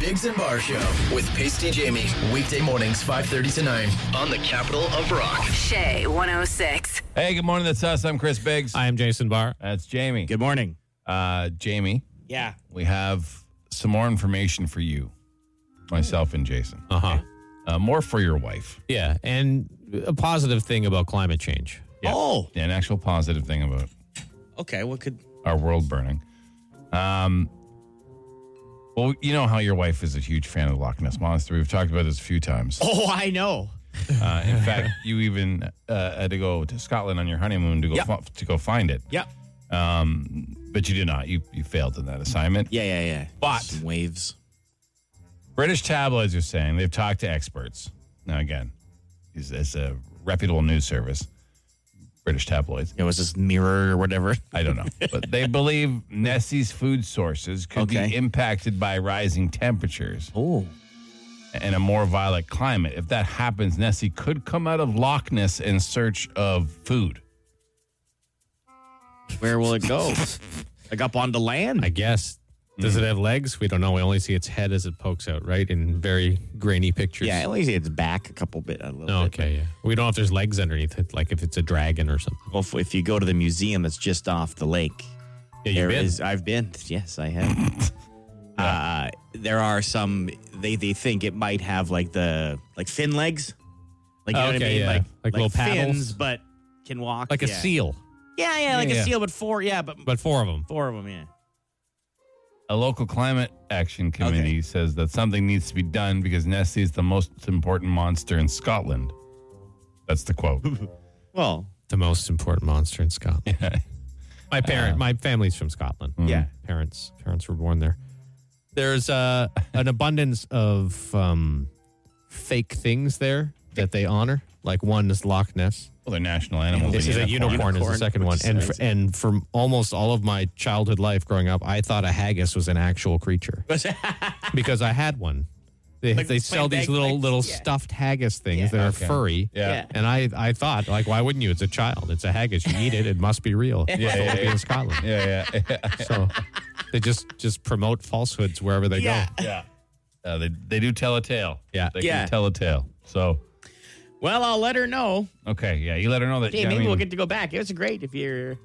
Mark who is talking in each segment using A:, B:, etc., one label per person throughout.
A: Biggs and Bar Show with Pasty Jamie. Weekday mornings, 5.30 to 9 on the capital of rock.
B: Shay 106.
C: Hey, good morning. That's us. I'm Chris Biggs.
D: I am Jason Barr.
C: That's Jamie.
D: Good morning.
C: Uh, Jamie,
D: Yeah.
C: we have some more information for you, myself and Jason.
D: Uh huh.
C: Uh, more for your wife.
D: Yeah, and a positive thing about climate change.
E: Oh,
C: An actual positive thing about
E: okay. What could?
C: our world burning. Um, well, you know how your wife is a huge fan of the Loch Ness Monster. We've talked about this a few times.
E: Oh, I know.
C: Uh, in fact, you even uh, had to go to Scotland on your honeymoon to go
E: Yeah.
C: fi- to go find it.
E: Yeah.
C: Um, but you did not. You you failed in that assignment.
E: Yeah, yeah, yeah.
C: But-
E: Some waves.
C: British tabloids are saying they've talked to experts. Now, again, it's, it's a reputable news service. British tabloids.
E: It was this mirror or whatever.
C: I don't know, but they believe Nessie's food sources could
E: Okay.
C: be impacted by rising temperatures.
E: Oh,
C: and a more violent climate. If that happens, Nessie could come out of Loch Ness in search of food.
E: where will it go? like up onto land?
D: I guess. Does
E: Mm.
D: it have legs? We don't know. We only see its head as it pokes out, right? In very grainy pictures.
E: yeah, at least it's back a couple bit. A little
D: No,
E: bit.
D: okay. Yeah. We don't know if there's legs underneath it, like if it's a dragon or something.
E: Well, if, if you go to the museum that's just off the lake,
D: Yeah,
E: there
D: you've been.
E: is- I've been. Yes, I have. uh, there are some. They they think it might have like the like fin legs, like you know what I
D: Okay,
E: mean,
D: yeah.
E: like,
D: Like little paddles?
E: fins, but can walk
D: like a
E: yeah.
D: seal,
E: Yeah, yeah, like
D: Yeah,
E: a
D: yeah.
E: seal, but four. Yeah, but
D: but four of them.
E: four of them. Yeah.
C: A local climate action committee
E: Okay.
C: says that something needs to be done because Nessie is the most important monster in Scotland. That's the quote.
E: Well,
D: The most important monster in Scotland. My parent, my family's from Scotland.
E: yeah.
D: parents parents were born there. There's uh, an abundance of um, fake things there that they honor. Like one is Loch Ness.
C: well, they're national animals.
D: This is a unicorn, is
E: Unicorn,
D: the second
E: which
D: one.
E: is
D: And for,
E: amazing.
D: and from almost all of my childhood life growing up, I thought a haggis was an actual creature because I had one. They,
E: Like
D: they sell
E: plain
D: these
E: bag-
D: little
E: like-
D: little
E: yeah.
D: stuffed haggis things
E: Yeah.
D: that are furry.
C: Yeah.
E: Yeah.
D: And I, I thought, like, why wouldn't you? It's a child. It's a haggis. You eat it. It must be real. It's
C: Yeah,
D: sold
C: yeah,
D: to be
C: yeah.
D: in Scotland.
C: Yeah, yeah, yeah.
D: So they just just promote falsehoods wherever they
E: Yeah.
D: go.
C: yeah. Uh, they, they do tell a tale.
D: Yeah.
C: They
E: Yeah.
C: can tell a tale. So,
E: Well, I'll let her know.
C: okay. Yeah. You let her know that.
E: Hey,
C: yeah, I
E: maybe
C: mean-
E: we'll get to go back. It was great if you're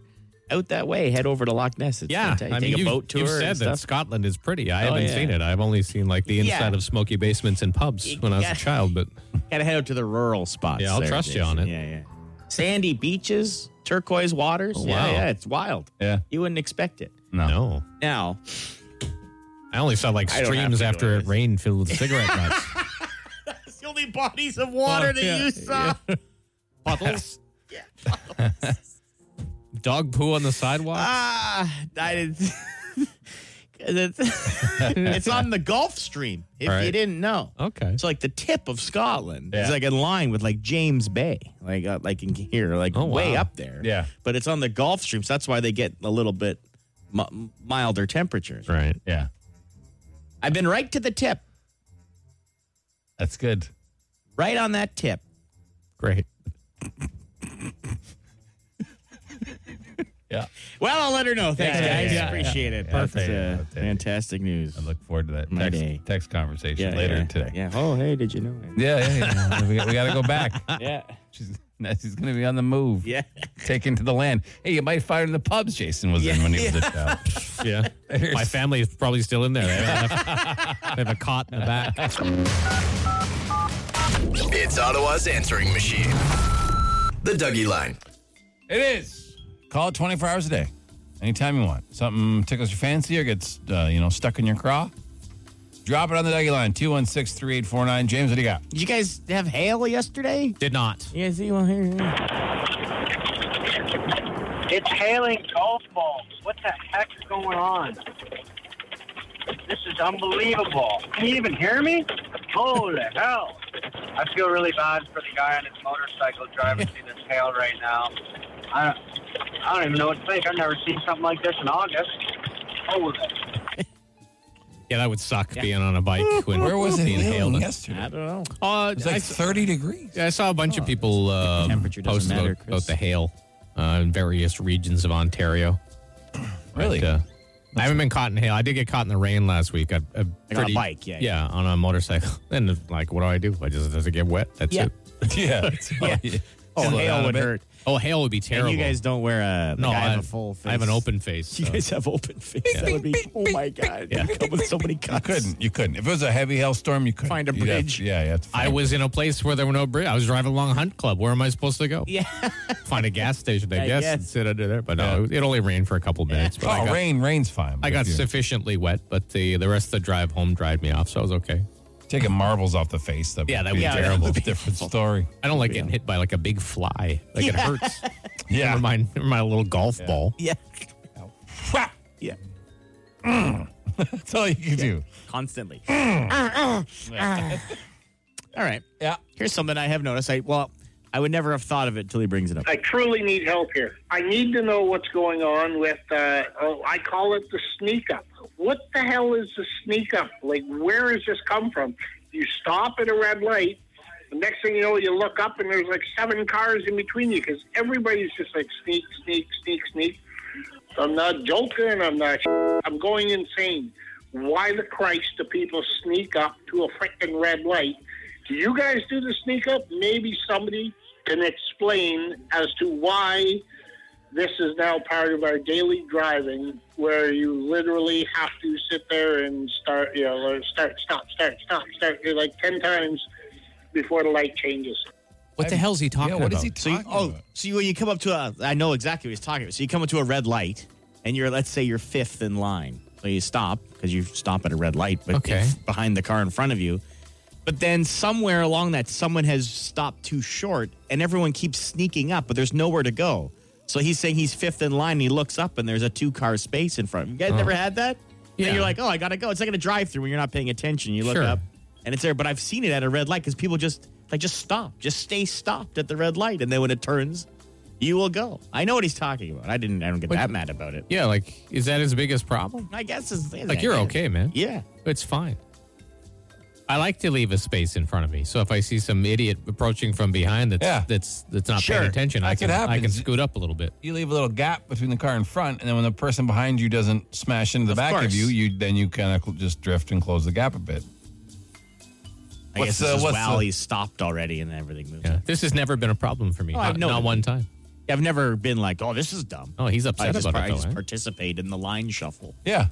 E: out that way. Head over to Loch Ness. It's
D: Yeah,
E: fantastic.
D: I mean,
E: take
D: you,
E: a boat tour
D: you've
E: and
D: said that
E: stuff.
D: Scotland is pretty. I
E: Oh,
D: haven't
E: yeah.
D: seen it. I've only seen like the
E: Yeah.
D: inside of smoky basements and pubs
E: You
D: when I was
E: got-
D: a child. But
E: Gotta head out to the rural spots.
D: Yeah, I'll
E: there,
D: trust you on it.
E: Yeah, yeah. Sandy beaches, turquoise waters.
D: Oh,
E: Yeah,
D: wow.
E: yeah, it's wild.
C: Yeah.
E: You wouldn't expect it.
C: No.
D: no,
E: Now,
D: I only saw like
E: I don't have
D: streams
E: to go
D: after
E: to
D: it
E: this.
D: rained filled with cigarette butts.
E: it's the only bodies of water
D: Oh,
E: that
D: yeah,
E: you saw.
D: Puddles. Dog poo on the sidewalk.
E: Ah, I didn't. 'Cause it's, it's on the Gulf Stream, if
D: All right.
E: you didn't know.
D: Ah. okay.
E: It's like the tip of Scotland. It's
C: Yeah.
E: like in line with like James Bay, like uh, like in here, like
D: Oh, wow.
E: way up there.
C: Yeah.
E: but it's on the Gulf Stream, so that's why they get a little bit mi- milder temperatures.
D: right.
C: Yeah.
E: I've been right to the tip,
C: That's good.
E: right on that tip.
D: Great.
C: Yeah.
E: Well, I'll let her know. Thanks,
C: Yeah, yeah,
E: guys.
C: yeah, yeah.
E: Appreciate it.
C: Yeah, I'll
E: Perfect.
C: tell you,
E: Uh,
C: I'll tell you.
E: fantastic news.
C: I look forward to that
E: My day.
C: text, text conversation later
E: yeah.
C: today.
E: Yeah. Oh, hey, did you know?
C: Yeah, yeah, yeah. we, got, we got to go back.
E: yeah.
C: She's, Nessie's going to be on the move.
E: Yeah.
C: Taken to the land. Hey, you might find her in the pubs Jason was in when he was a child.
D: Yeah. My family is probably still in there. They have, they have a cot in the back.
A: It's Ottawa's answering machine. The Dougie Line.
C: It is. Call it 24 hours a day. Anytime you want. Something tickles your fancy or gets, uh, you know, stuck in your craw. Drop it on the Dougie line, 216 3849. James, what do you got?
E: Did you guys have hail yesterday?
D: Did not.
E: You guys see one here?
F: It's hailing golf balls. What the heck is going on? This is unbelievable. Can you even hear me? Holy hell. I feel really bad for the guy on his motorcycle driving through this hail right now. I, I don't even know what to think. I've never seen something like this in August. Holy.
D: Yeah, that would suck being on a bike when being hailed.
C: yesterday?
E: I don't know.
D: Uh,
C: It's like
D: I-
C: 30 degrees.
D: Yeah, I saw a bunch of people um,
E: Oh, temperature doesn't
D: post about,
E: matter,
D: about
E: Chris.
D: the hail uh, in various regions of Ontario.
C: Really?
D: But, uh, I haven't been caught in hail. I did get caught in the rain last week. I, I
E: a bike, yeah.
D: yeah, on a motorcycle. And like, what do I do? I just does it get wet? That's
E: Yeah.
D: it.
C: yeah.
E: Yeah. Oh,
C: Slow down
E: hail
C: a
E: would
C: bit.
E: hurt.
D: Oh, hail would be terrible.
E: And you guys don't wear a.
D: no,
E: like, I have
D: I've-
E: a full face.
D: I have an open face.
E: You
D: so-
E: guys have open face. that would be. oh my god! Yeah. You come with so many cuts.
C: Couldn't. You couldn't. If it was a heavy hailstorm, you couldn't.
E: Find a
C: You'd have-
E: bridge.
C: yeah, yeah.
D: I was in a place where there were no bridge. I was driving along a hunt club. Where am I supposed to go?
E: Yeah.
D: Find a gas station, I,
E: I
D: guess,
E: guess.
D: and sit under there. But no, it only rained for a couple minutes. But I
C: Oh,
D: got,
C: rain. Rain's fine.
D: I got
C: If you-
D: sufficiently wet, but the, the rest of the drive home dried me off, so I was okay.
C: Taking marbles off the face. That
D: Yeah, that
C: would be
D: would be
C: terrible.
D: terrible.
C: Different story.
D: I don't like getting hit by like a big fly. Like it hurts.
C: Yeah.
D: Never mind, never mind a little golf ball.
E: Yeah.
C: Whap!
E: Yeah.
C: That's all you can do.
E: Constantly. Ah, All right.
C: Yeah.
E: Here's something I have noticed. I well, I would never have thought of it until he brings it up.
F: I truly need help here. I need to know what's going on with, uh, oh, I call it the sneak up. What the hell is the sneak up? Like, where has this come from? You stop at a red light. The next thing you know, you look up and there's like seven cars in between you because everybody's just like sneak, sneak, sneak, sneak. I'm not joking. I'm not. I'm going insane. Why the Christ do people sneak up to a freaking red light? Do you guys do the sneak up? Maybe somebody can explain as to why this is now part of our daily driving, where you literally have to sit there and start, you know, or start, stop, start, stop, start, you know, like ten times before the light changes.
D: What the hell's he talking
C: Yeah, what
D: about?
C: is he
E: So
C: talking
E: you, oh,
C: about?
E: so you, when you come up to a, I know exactly what he's talking about. So you come up to a red light, and you're, let's say, you're fifth in line. So you stop because you stop at a red light, but
D: Okay.
E: it's behind the car in front of you. But then somewhere along that, someone has stopped too short, and everyone keeps sneaking up, but there's nowhere to go. So he's saying he's fifth in line, and he looks up, and there's a two car space in front. of him. You guys never had that? Yeah.
D: Yeah.
E: you're like, oh, I gotta go. It's like in a drive through when you're not paying attention. You look
D: Sure.
E: up, and it's there. But I've seen it at a red light because people just like just stop, just stay stopped at the red light, and then when it turns, you will go. I know what he's talking about. I didn't. I don't get that mad about it.
D: yeah, like is that his biggest problem?
E: I guess it's
D: Like you're okay, man.
E: Yeah.
D: It's fine. I like to leave a space in front of me. So if I see some idiot approaching from behind that's
C: Yeah.
D: that's that's not
C: Sure.
D: paying attention, I
C: That's
D: can
C: what
D: I can
C: happens.
D: scoot up a little bit.
C: You leave a little gap between the car in front, and then when the person behind you doesn't smash into the
E: Of
C: back of
E: course.
C: you, you then you kind of just drift and close the gap a bit.
E: I
C: What's
E: guess
C: the-
E: this is
C: what's
E: while
C: the-
E: he's stopped already, and everything moves.
D: Yeah. This has never been a problem for me.
E: Oh, I
D: not,
E: know
D: not
E: it.
D: one time.
E: I've never been like, oh, this is dumb.
D: Oh, he's
E: I
D: upset
E: just,
D: about
E: par- I
D: it though.
E: just
D: eh?
E: participate in the line shuffle.
C: Yeah.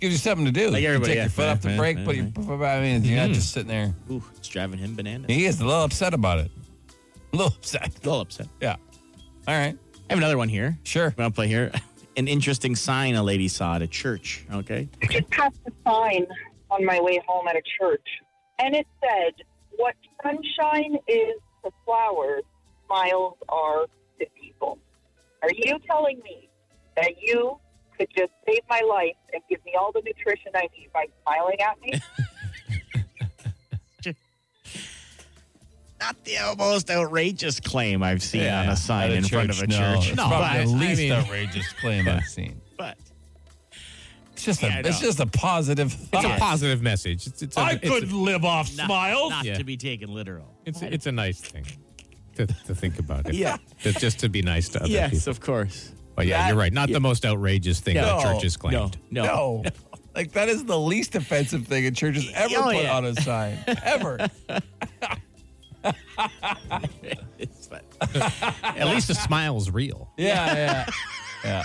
C: Gives you something to do.
E: Like
C: You
E: everybody,
C: take
E: yeah.
C: your foot off the
E: Yeah,
C: brake,
E: yeah, Mm-hmm.
C: but you, I mean, you're not just sitting there.
E: Ooh, it's driving him bananas.
C: He is a little upset about it. A little upset.
E: A little upset.
C: Yeah. All right.
E: I have another one here.
C: Sure.
E: I'm gonna play here. An interesting sign a lady saw at a church. Okay.
G: just passed a sign on my way home at a church, and it said, "What sunshine is to flowers, smiles are to people." Are you telling me that you could just save my life and give me all the nutrition I need by smiling at me?
E: Not the most outrageous claim I've seen
C: Yeah,
E: on a sign
C: at
E: in front of
C: church,
E: a
C: no,
E: church.
C: It's probably
E: but,
C: the
E: I
C: least
E: mean,
C: outrageous claim I've seen.
E: but
C: It's just
E: Yeah, I
C: a, it's
E: know.
C: just a positive thought.
D: It's a positive message. It's, it's a,
C: I
D: it's a-
C: could live off
E: not,
C: smiles.
E: not
D: Yeah.
E: to be taken literal.
D: It's it's a nice thing to, to think about it.
E: Yeah.
D: To- just to be nice to other
E: Yes,
D: people.
E: of course.
D: But yeah,
E: That-
D: you're right. Not
E: yeah.
D: the most outrageous thing that church has claimed.
E: No, no.
C: No. Like that is the least offensive thing a church has ever
E: Oh,
C: put
E: yeah.
C: on a sign. Ever.
E: It's fine.
D: At least the smile's real.
C: Yeah, yeah. yeah.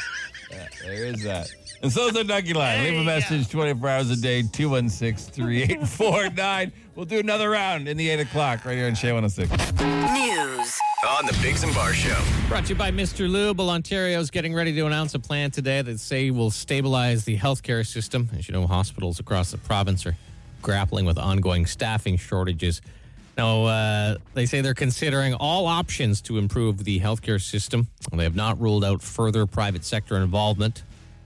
C: Yeah, There is that. And so is the Ducky Line. Leave a message 24 hours a day, 216 3849. We'll do another round in the 8 o'clock right here on oh Shea 106.
B: News.
A: On the Bigs and Bar Show.
D: Brought to you by Mr. Lube. Well, Ontario is getting ready to announce a plan today that say will stabilize the healthcare system. As you know, hospitals across the province are grappling with ongoing staffing shortages. Now, uh, they say they're considering all options to improve the healthcare system. Well, they have not ruled out further private sector involvement,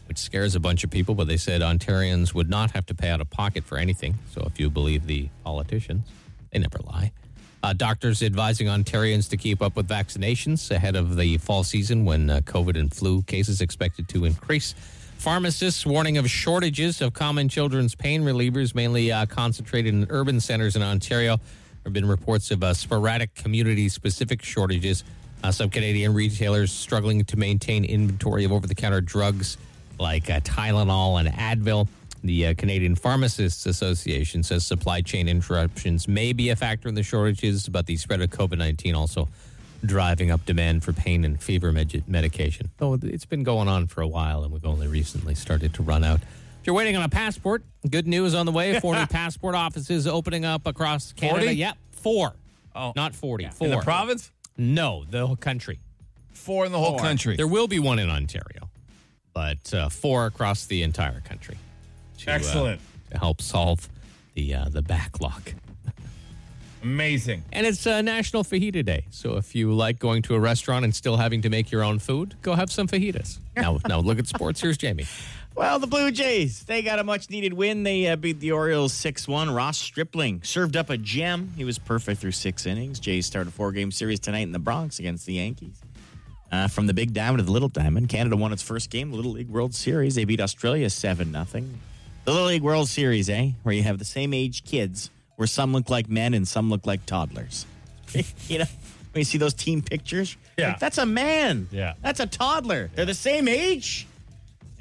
D: which scares a bunch of people. But they said Ontarians would not have to pay out of pocket for anything. So, if you believe the politicians, they never lie. Uh, doctors advising Ontarians to keep up with vaccinations ahead of the fall season when uh, COVID and flu cases expected to increase. Pharmacists warning of shortages of common children's pain relievers, mainly uh, concentrated in urban centers in Ontario. There have been reports of uh, sporadic community specific shortages. Uh, some Canadian retailers struggling to maintain inventory of over the counter drugs like uh, Tylenol and Advil. The uh, Canadian Pharmacists Association says supply chain interruptions may be a factor in the shortages, but the spread of COVID 19 also driving up demand for pain and fever med- medication. Though it's been going on for a while, and we've only recently started to run out. If you're waiting on a passport, good news on the way. 40 passport offices opening up across Canada.
C: 40?
D: Yep, four.
C: Oh.
D: Not 40, four.
C: In the province?
D: No, the whole country.
C: Four in the whole country.
D: There will be one in Ontario, but uh, four across the entire country. to, uh,
C: Excellent.
D: to help solve the uh, the backlog.
C: Amazing.
D: And it's uh, National Fajita Day, so if you like going to a restaurant and still having to make your own food, go have some fajitas. now, now look at sports. Here's Jamie.
E: Well, the Blue Jays, they got a much needed win. They uh, beat the Orioles 6 1. Ross Stripling served up a gem. He was perfect through six innings. Jays start a four game series tonight in the Bronx against the Yankees. Uh, from the Big Diamond to the Little Diamond, Canada won its first game, of the Little League World Series. They beat Australia 7 0. The Little League World Series, eh? Where you have the same age kids, where some look like men and some look like toddlers. you know, when you see those team pictures,
C: Yeah.
E: like, that's a man.
C: Yeah.
E: That's a toddler. They're the same age.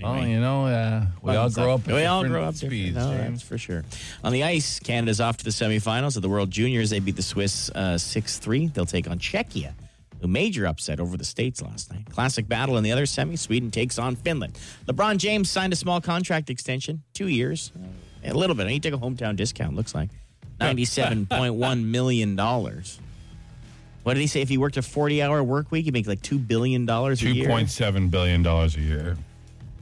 C: Well, you know, uh, we all grow up. at
E: We all
C: different
E: grow up
C: speeds,
E: different. No,
C: James.
E: that's for sure. On the ice, Canada's off to the semifinals of the World Juniors. They beat the Swiss uh, six three. They'll take on Czechia, who major upset over the States last night. Classic battle in the other semi. Sweden takes on Finland. LeBron James signed a small contract extension, two years, uh, a little bit. He took a hometown discount. Looks like ninety-seven point one million dollars. What did he say? If he worked a forty-hour work week, he'd make like two billion dollars a
C: Two
E: year.
C: point seven billion dollars a year.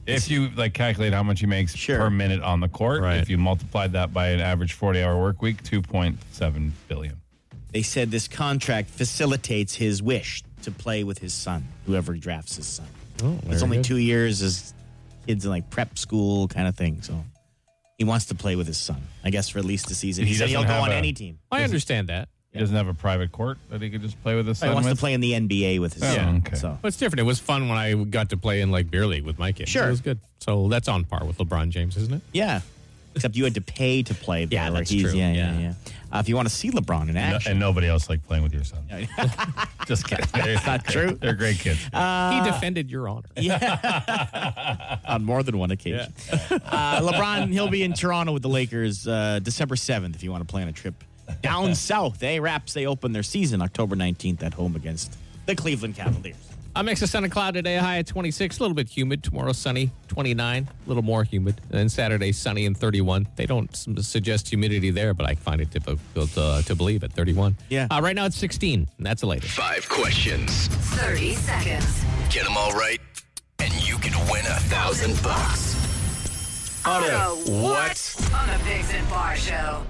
C: If you like calculate how much he makes
E: Sure.
C: per minute on the court,
E: Right.
C: if you multiplied that by an average forty-hour work week, two point seven billion.
E: They said this contract facilitates his wish to play with his son, whoever drafts his son.
C: Oh,
E: it's only two years as kids in like prep school kind of thing. So he wants to play with his son, I guess, for at least a season.
C: He
E: He, said he'll
C: doesn't
E: go
C: have
E: on
C: a-
E: any team.
D: I understand that,
C: He doesn't have a private court that he could just play with his
E: Oh, He
C: son
E: wants
C: with.
E: to play in the NBA with his
C: Oh,
E: son.
C: okay.
E: So
D: but it's different. It was fun when I got to play in like beer league with my kids.
E: Sure.
D: it was good. So that's on par with LeBron James, isn't it?
E: yeah. Except you had to pay to play.
D: Yeah,
E: there,
D: that's
E: where he's-
D: true.
E: Yeah, yeah,
D: Yeah.
E: yeah. Uh, if you want to see LeBron in
C: No-
E: action,
C: and nobody else like playing with your son. just kidding. It's
E: not true. Uh,
C: They're great kids.
D: he defended your honor.
E: on more than one occasion. Uh, LeBron, he'll be in Toronto with the Lakers uh, December 7th if you want to plan a trip down south. They Raps, they open their season October 19th at home against the Cleveland Cavaliers.
D: A mix of sun and cloud today, high at 26, a little bit humid. Tomorrow, sunny, 29, a little more humid. And then Saturday, sunny and 31. They don't s- suggest humidity there, but I find it difficult uh, to believe at 31.
E: Yeah.
D: Uh, right now, it's 16, and that's the latest.
A: Five questions.
B: 30 seconds.
A: Get them all right, and you can win a thousand bucks.
B: Auto What? On the Bigs and Bar Show.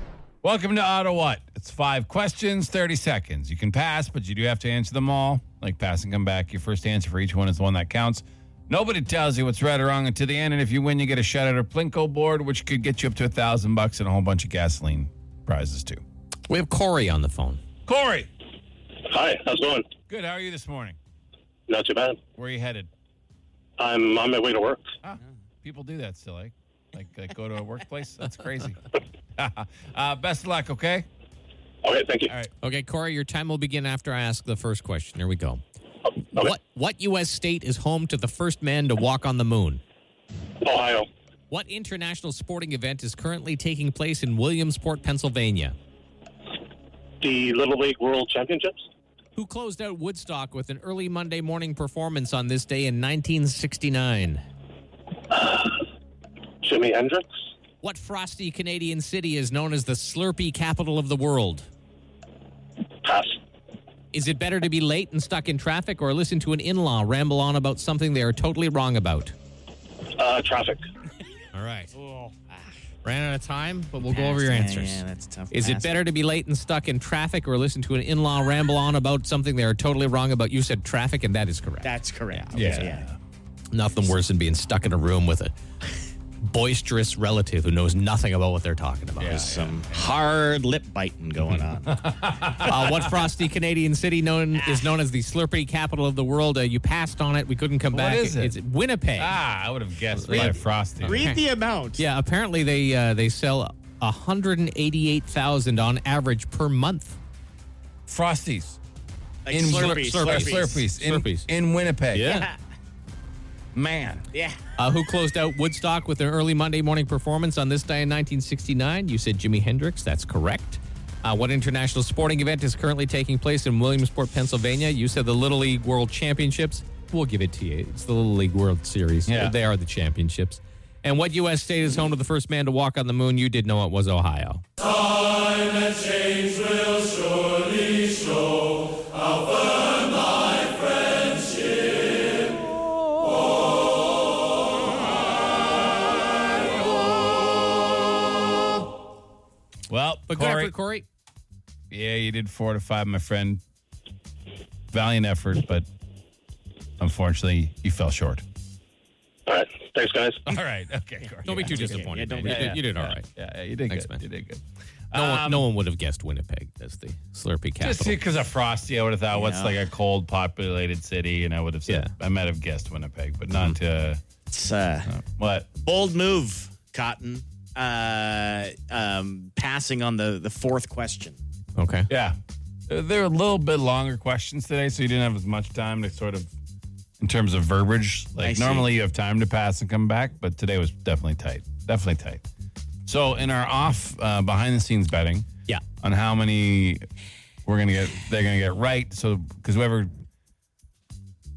C: Welcome to Auto What. It's five questions, 30 seconds. You can pass, but you do have to answer them all. Like passing them back, your first answer for each one is the one that counts. Nobody tells you what's right or wrong until the end, and if you win, you get a shutout or Plinko board, which could get you up to a thousand bucks and a whole bunch of gasoline prizes too.
D: We have Corey on the phone.
C: Corey,
H: Hi, how's it going?
C: good. How are you this morning?
H: Not too bad.
C: Where are you headed?
H: I'm on my way to work.
C: Ah, people do that still, like, like, like go to a workplace. That's crazy. uh, best of luck. Okay.
H: Okay, thank you.
C: All right.
D: Okay, Corey, your time will begin after I ask the first question. Here we go.
H: Okay.
D: What, what U.S. state is home to the first man to walk on the moon?
H: Ohio,
D: What international sporting event is currently taking place in Williamsport, Pennsylvania?
H: the Little League World Championships.
D: who closed out Woodstock with an early Monday morning performance on this day in 1969.
H: Jimi Hendrix,
D: What frosty Canadian city is known as the slurpy capital of the world?
H: pass.
D: Is it better to be late and stuck in traffic or listen to an in law ramble on about something they are totally wrong about?
H: Uh, traffic,
D: All right. Ran out of time, but we'll go
E: Pass.
D: over your
E: Yeah,
D: answers.
E: yeah, that's tough.
D: Is it
E: Pass.
D: better to be late and stuck in traffic or listen to an in law ramble on about something they are totally wrong about? You said traffic, and that is correct.
E: That's correct.
C: Yeah.
D: Nothing worse than being stuck in a room with a boisterous relative who knows nothing about what they're talking about.
E: There's some hard lip biting going on.
D: Uh, what frosty Canadian city known is known as the Slurpee capital of the world? Uh, you passed on it. We couldn't come
C: What
D: back.
C: is it?
D: It's Winnipeg.
C: Ah, I would have guessed by Frosty.
E: Read the amount.
D: Yeah, apparently they uh, they sell 188,000 on average per month.
C: Frosties.
E: Like
C: in Slurpees,
E: Slurpees, Slurpees.
C: Slurpees, in,
D: Slurpees.
C: in Winnipeg.
D: Yeah.
C: Man.
E: Yeah.
D: Uh, who closed out Woodstock with an early Monday morning performance on this day in 1969? You said Jimi Hendrix. That's correct. Uh, what international sporting event is currently taking place in Williamsport, Pennsylvania? You said the Little League World Championships. We'll give it to you. It's the Little League World Series.
C: Yeah.
D: They are the championships. And what U.S. state is home to the first man to walk on the moon? You did know it was Ohio.
C: Well,
D: But good
C: Corey,
D: effort, Corey.
C: yeah, you did four to five, my friend. Valiant effort, but unfortunately, you fell short.
H: All right. Thanks, guys.
C: All right. Okay, Corey.
D: Don't be too
E: okay.
D: disappointed.
E: Yeah, don't
D: man.
E: be-
D: you, did, you did all
C: Yeah,
D: right.
C: Yeah, yeah, you did
D: Thanks,
C: good.
D: man.
C: You did good.
D: No, one, no one would have guessed Winnipeg as the Slurpee capital.
C: Just because of Frosty, I would have thought, what's
E: Yeah.
C: like a cold, populated city? And I would have said, I might have guessed Winnipeg, but not
D: Mm.
C: uh,
E: It's uh,
C: what?
E: bold move, Cotton. Uh, um, passing on the the fourth question.
D: okay.
C: Yeah. Uh, They're a little bit longer questions today, so you didn't have as much time to sort of, in terms of verbiage. Like
E: see.
C: normally you have time to pass and come back, but today was definitely tight. Definitely tight. So in our off uh, behind the scenes betting,
D: Yeah.
C: on how many we're gonna get, they're gonna get right. So because whoever,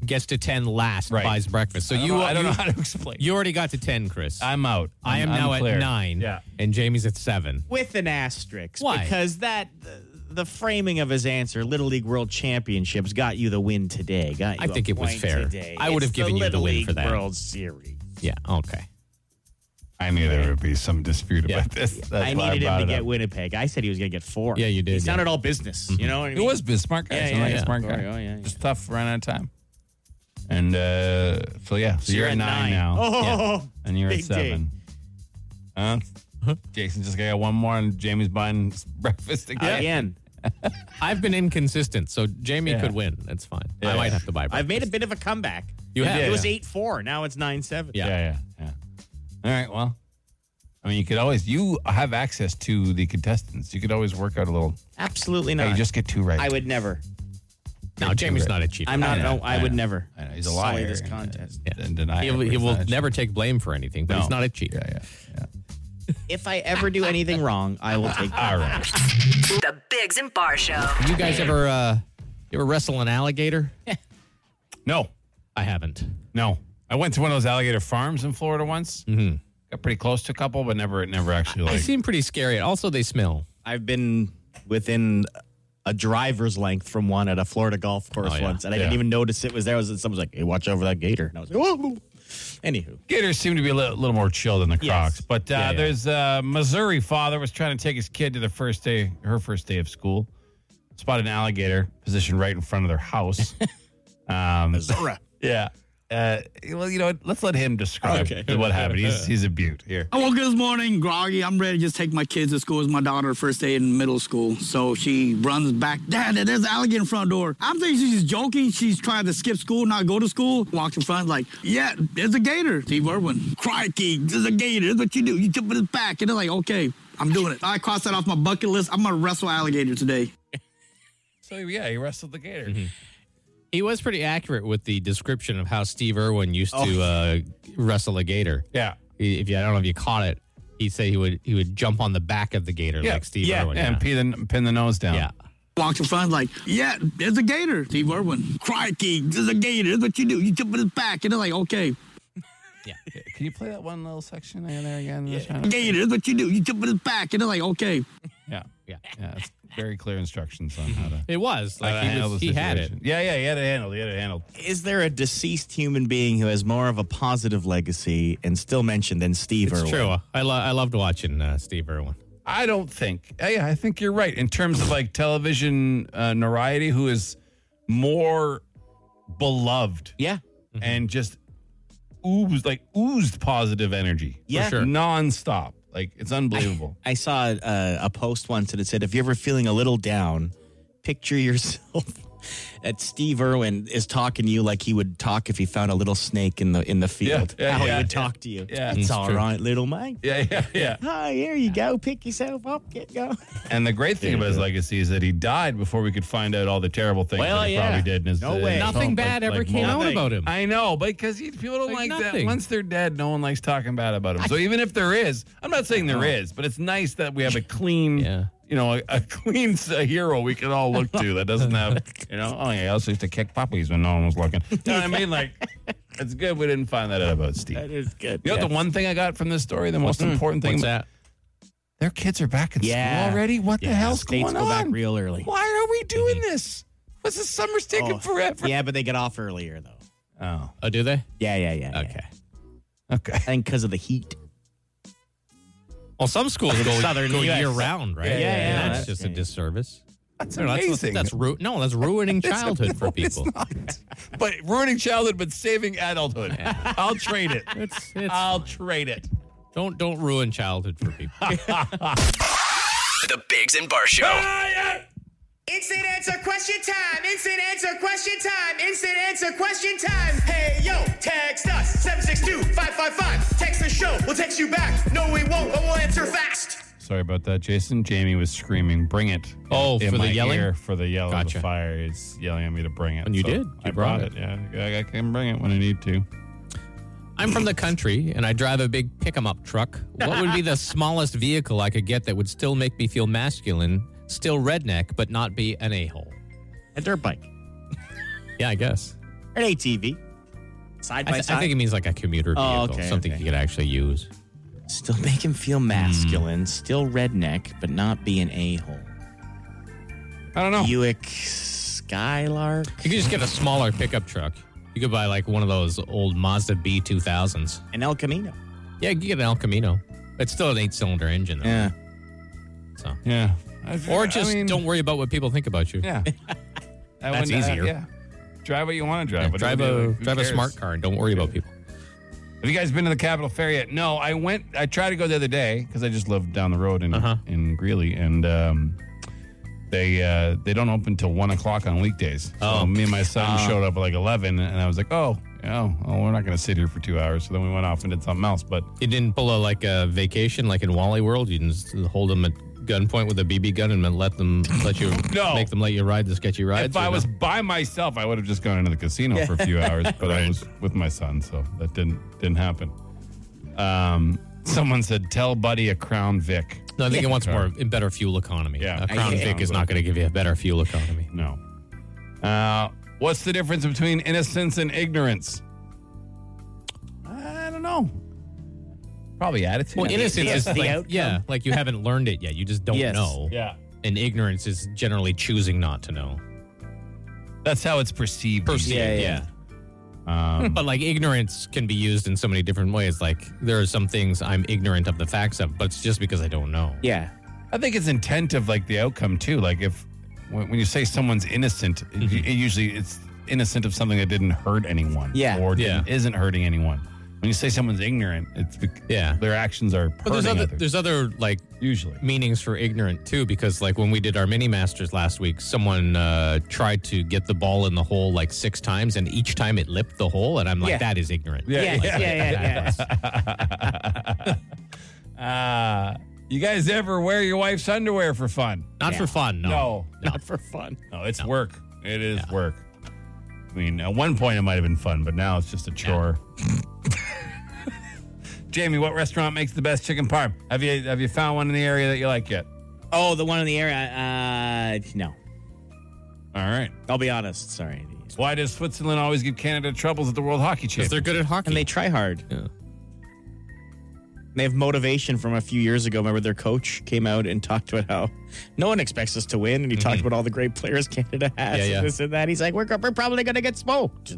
D: Gets to 10 last
C: Right.
D: buys breakfast. So
C: I don't
D: you,
C: know- I don't
D: you,
C: know how to explain.
D: you already got to 10, Chris.
C: I'm out.
D: I am
C: I'm
D: now
C: clear.
D: at nine.
C: Yeah.
D: And Jamie's at seven.
E: with an asterisk
D: Why?
E: because that the, the framing of his answer little league world championships got you the win today got you
D: I think
E: a
D: it was
E: point
D: fair.
E: today.
D: I would
E: It's
D: have given you the
E: Little
D: win
E: League
D: for that.
E: world series
D: Yeah. Okay.
C: I knew there would be some dispute
D: Yeah.
C: about this. That's
E: i
C: why
E: needed
C: brought
E: him to
C: it
E: get
C: up.
E: winnipeg i said he was gonna get four
D: Yeah, you did,
E: he
D: yeah.
E: sounded all business you know what I
C: Mm-hmm. It
E: mean?
C: was been smart guy.
E: Yeah,
C: Yeah, yeah,
E: yeah, yeah.
C: smart guy.
E: Oh, yeah, yeah.
C: Just tough, run out of time. And uh, so yeah, so, you're, at nine, now,
E: Oh,
C: and you're at
E: big day.
C: seven. Huh? Jason just got one more, and Jamie's buying s- breakfast again.
E: again
D: I've been inconsistent, so Jamie
C: Yeah.
D: could win. That's fine.
C: Yeah.
D: I might have to buy.
E: i've
D: breakfast.
E: made a bit of a comeback
D: You have.
E: it was
D: yeah.
E: eight four now it's nine seven
D: Yeah.
C: yeah, yeah, yeah. All right, well, I mean, you could always you have access to the contestants. You could always work out a little.
E: absolutely
C: Hey,
E: not
C: you just get two right.
E: i would never
D: No, Jamie's not a cheater.
E: i'm not
C: I
E: no
C: know,
E: i
C: I
E: would
C: know.
E: never
C: I know, he's a
E: sully
C: liar.
E: this
C: and-
E: contest
C: and, and deny
D: He,
C: it.
D: will- he
C: He's
D: will
C: not a cheater.
D: never take blame for anything, but
C: No.
D: he's not a cheater.
C: Yeah, yeah, yeah.
E: if i ever do anything wrong i will take
C: All right.
B: The Bigs and Bar Show.
D: You guys ever uh, you ever wrestle an alligator?
C: No,
D: I haven't.
C: No, I went to one of those alligator farms in Florida once. Mm-hmm. Got pretty close to a couple, but never, never actually
D: They
C: like.
D: seem pretty scary. Also, they smell.
E: I've been within a driver's length from one at a Florida golf course
D: Oh, yeah.
E: once, and I
C: Yeah.
E: didn't even notice it was there. I was someone's like, "Hey, watch over that gator," and I was like, "Whoa!" Anywho,
C: Gators seem to be a little, little more chill than the
E: Yes.
C: Crocs. But uh,
D: Yeah, yeah.
C: there's a Missouri father was trying to take his kid to the first day, her first day of school. Spotted an alligator positioned right in front of their house. um,
E: Missouri.
C: yeah. Uh, well, you know, what? let's let him describe
E: Okay.
C: what happened. He's he's a beaut here.
I: I woke up this Oh, morning groggy. I'm ready to just take my kids to school. It's my daughter, first day in middle school. So she runs back. Dad, there's an alligator in front door. I'm thinking she's joking. She's trying to skip school, not go to school. Walks in front, like, yeah, there's a gator. Steve Irwin. Crikey, there's a gator. That's what you do. You jump in his back. And they're like, okay, I'm doing it. I crossed that off my bucket list. I'm going to wrestle alligator today.
C: So yeah, he wrestled the gator. Mm-hmm.
D: He was pretty accurate with the description of how Steve Irwin used
C: Oh.
D: to uh, wrestle a gator.
C: Yeah.
D: If you, I don't know if you caught it, he'd say he would he would jump on the back of the gator
C: Yeah,
D: like Steve
C: yeah,
D: Irwin.
C: and Pin, the, pin the nose down.
D: yeah.
I: Walks in front, like, yeah, there's a gator. Steve Irwin. Crikey, there's a gator. That's what you do. You jump in his back. And they're like, okay,
C: Can you play that one little section there again?
I: gator. That's what you do. You jump in his back. And they're like, okay.
C: Yeah, yeah, yeah. It's very clear instructions on how to.
D: It was
C: how
D: like
C: to
D: he,
C: handle
D: was,
C: the
D: he had it.
C: situation. Yeah, yeah, he had it handled. He had it handled.
E: Is there a deceased human being who has more of a positive legacy and still mentioned than Steve
D: It's
E: Irwin?
D: true. I lo- I loved watching uh, Steve Irwin.
C: I don't think. Yeah, I think you're right in terms of like television uh, notoriety. Who is more beloved
E: Yeah,
C: and just oozed like oozed positive energy.
E: Yeah.
C: sure. nonstop. Like it's unbelievable.
E: I saw uh, a post once and it said, "If you're ever feeling a little down, picture yourself that Steve Irwin is talking to you like he would talk if he found a little snake in the in the field.
C: yeah, yeah,
E: How he would
C: yeah.
E: talk to you.
C: Yeah.
E: it's
C: It's
E: all right,
D: true.
E: little Mike.
C: Yeah, yeah, yeah.
E: Hi, here you go. Pick yourself up. Get going.
C: And the great thing about his
E: Yeah.
C: legacy is that he died before we could find out all the terrible things
E: Well,
C: that he
E: yeah.
C: probably did. In his,
E: No
C: in
E: way.
C: his
D: Nothing
C: home,
D: bad
C: like-
D: ever
C: like
D: came
C: mold.
D: out about him.
C: I know, but because he- people don't like,
D: Like
C: that.
D: nothing.
C: Once they're dead, no one likes talking bad about him. So even if there is, I'm not saying
E: Uh-huh.
C: there is, but it's nice that we have a clean,
D: Yeah.
C: you know, a, a clean s- a hero we can all look to that doesn't have, you know, oh yeah, I also used to kick puppies when no one was looking. You know what I mean? Like, it's good we didn't find that out about Steve.
E: That is Hmm. good.
C: You know
E: yeah.
C: what the one thing I got from this story, the most important thing
D: What's that?
C: their kids are back in
E: Yeah.
C: school already. What
E: Yeah,
C: the hell's
E: states
C: going
E: go
C: on?
E: back real early. Mm-hmm.
C: Why are we doing this? What's the summer's taking
E: Oh,
C: forever?
E: Yeah, but they get off earlier though.
C: Oh,
D: Oh, do they?
E: Yeah, yeah, yeah.
D: Okay.
C: okay.
E: I think because of the heat.
D: Well, some schools go,
E: Southern
D: go
E: US.
D: year round, right?
E: Yeah, yeah,
D: And
E: yeah.
D: That's just a
E: Yeah, yeah.
D: disservice.
C: That's
D: No, that's-
C: amazing.
D: That's, ru- no, that's ruining childhood for people.
C: It's not. but ruining childhood, but saving adulthood. I'll trade it.
D: It's, it's
C: I'll trade it.
D: don't don't ruin childhood for people.
A: The Bigs and Bar Show.
B: Instant answer question time. Instant answer question time. Instant answer question time. Hey yo, text us 762-555. Text the show. We'll text you back. No, we won't, but we'll answer fast.
C: Sorry about that, Jason. Jamie was screaming, "Bring it!"
D: Oh,
C: in
D: for the
C: my
D: yelling?
C: ear for the yell of
D: Gotcha.
C: the fire. It's yelling at me to bring it,
D: And you did. You
C: I
D: brought
C: brought it. Yeah, I- I can bring it when I need to.
D: I'm from the country and I drive a big pick 'em up truck. What would be the smallest vehicle I could get that would still make me feel masculine, still redneck, but not be an a hole?
E: A dirt bike.
D: Yeah, I guess.
E: An ATV. Side
D: I,
E: by
D: th-
E: side.
D: I think it means like a commuter vehicle,
E: Oh, okay,
D: something
E: okay.
D: you could actually use.
E: Still make him feel masculine, still redneck, but not be an a hole.
C: I don't know.
E: Buick Skylark.
D: You could just get a smaller pickup truck. You could buy like one of those old Mazda B2000s.
E: An El Camino.
D: Yeah, you could get an El Camino. It's still an eight cylinder engine, though.
E: Uh, Yeah.
D: So.
C: yeah,
D: Or just
C: I mean-
D: don't worry about what people think about you.
C: Yeah. That
D: That's
C: wouldn't- uh,
D: easier.
C: yeah. Drive what you want to drive.
D: Yeah,
C: What
D: drive
C: do you do?
D: a
C: Who
D: drive a
C: cares?
D: smart car and don't worry about people.
C: Have you guys been to the Capitol Fair yet? No, I went. I tried to go the other day because I just lived down the road in
D: Uh-huh.
C: in Greeley, and um, they uh, they don't open till one o'clock on weekdays. So
D: Oh.
C: me and my son showed up at like eleven, and I was like, oh, oh, oh, we're not going to sit here for two hours. So then we went off and did something else. But
D: You didn't pull a like a vacation like in Wally World. You didn't s- hold them at gunpoint with a BB gun and then let them let you
C: No.
D: make them let you ride the sketchy rides.
C: if I
D: or
C: was
D: no?
C: by myself, I would have just gone into the casino for a few hours. But I was with my son, so that didn't didn't happen. Um, someone said, "Tell Buddy a Crown Vic."
D: no, I think it wants more a better fuel economy.
C: Yeah.
D: a Crown
E: I-
D: Vic is not going to give you a better fuel economy.
C: No. Uh, what's the difference between innocence and ignorance? I don't know. Probably attitude.
D: Well, innocence
E: yeah,
D: is
E: the
D: like,
E: outcome.
D: yeah, like you haven't learned it yet. You just don't
E: Yes.
D: know.
C: yeah.
D: And ignorance is generally choosing not to know.
C: That's how it's perceived.
D: Perceived,
E: Yeah, yeah.
D: yeah.
C: Um,
D: But like ignorance can be used in so many different ways. Like there are some things I'm ignorant of the facts of, but it's just because I don't know.
E: Yeah.
C: I think it's intent of like the outcome too. Like if when, when you say someone's innocent, it,
D: Mm-hmm.
C: it usually it's innocent of something that didn't hurt anyone.
E: Yeah.
C: Or
D: Yeah.
C: didn't- isn't hurting anyone. When you say someone's ignorant, it's bec-
D: Yeah.
C: their actions are hurting
D: But there's other
C: others,
D: there's other like
C: usually.
D: meanings for ignorant too because like when we did our mini masters last week someone uh tried to get the ball in the hole like six times and each time it lipped the hole and i'm like
E: Yeah.
D: that is ignorant
E: Yeah,
D: Like,
E: yeah, yeah, yeah.
C: Uh, you guys ever wear your wife's underwear for fun?
D: not for fun no,
E: Not for fun.
C: No, it's work. It is work. I mean, at one point it might have been fun, but now it's just a chore. Jamie, what restaurant makes the best chicken parm? Have you have you found one in the area that you like yet?
E: Oh, the one in the area. Uh, no.
C: All right.
E: I'll be honest. Sorry.
C: Why does Switzerland always give Canada troubles at the World Hockey
D: because
C: Championship?
D: they're good at hockey
E: And they try hard.
D: Yeah.
E: They have motivation from a few years ago. Remember, their coach came out and talked about how no one expects us to win, and he talked about all the great players Canada has,
D: Yeah, yeah.
E: and this and that. He's like, "We're, go- we're probably going to get smoked."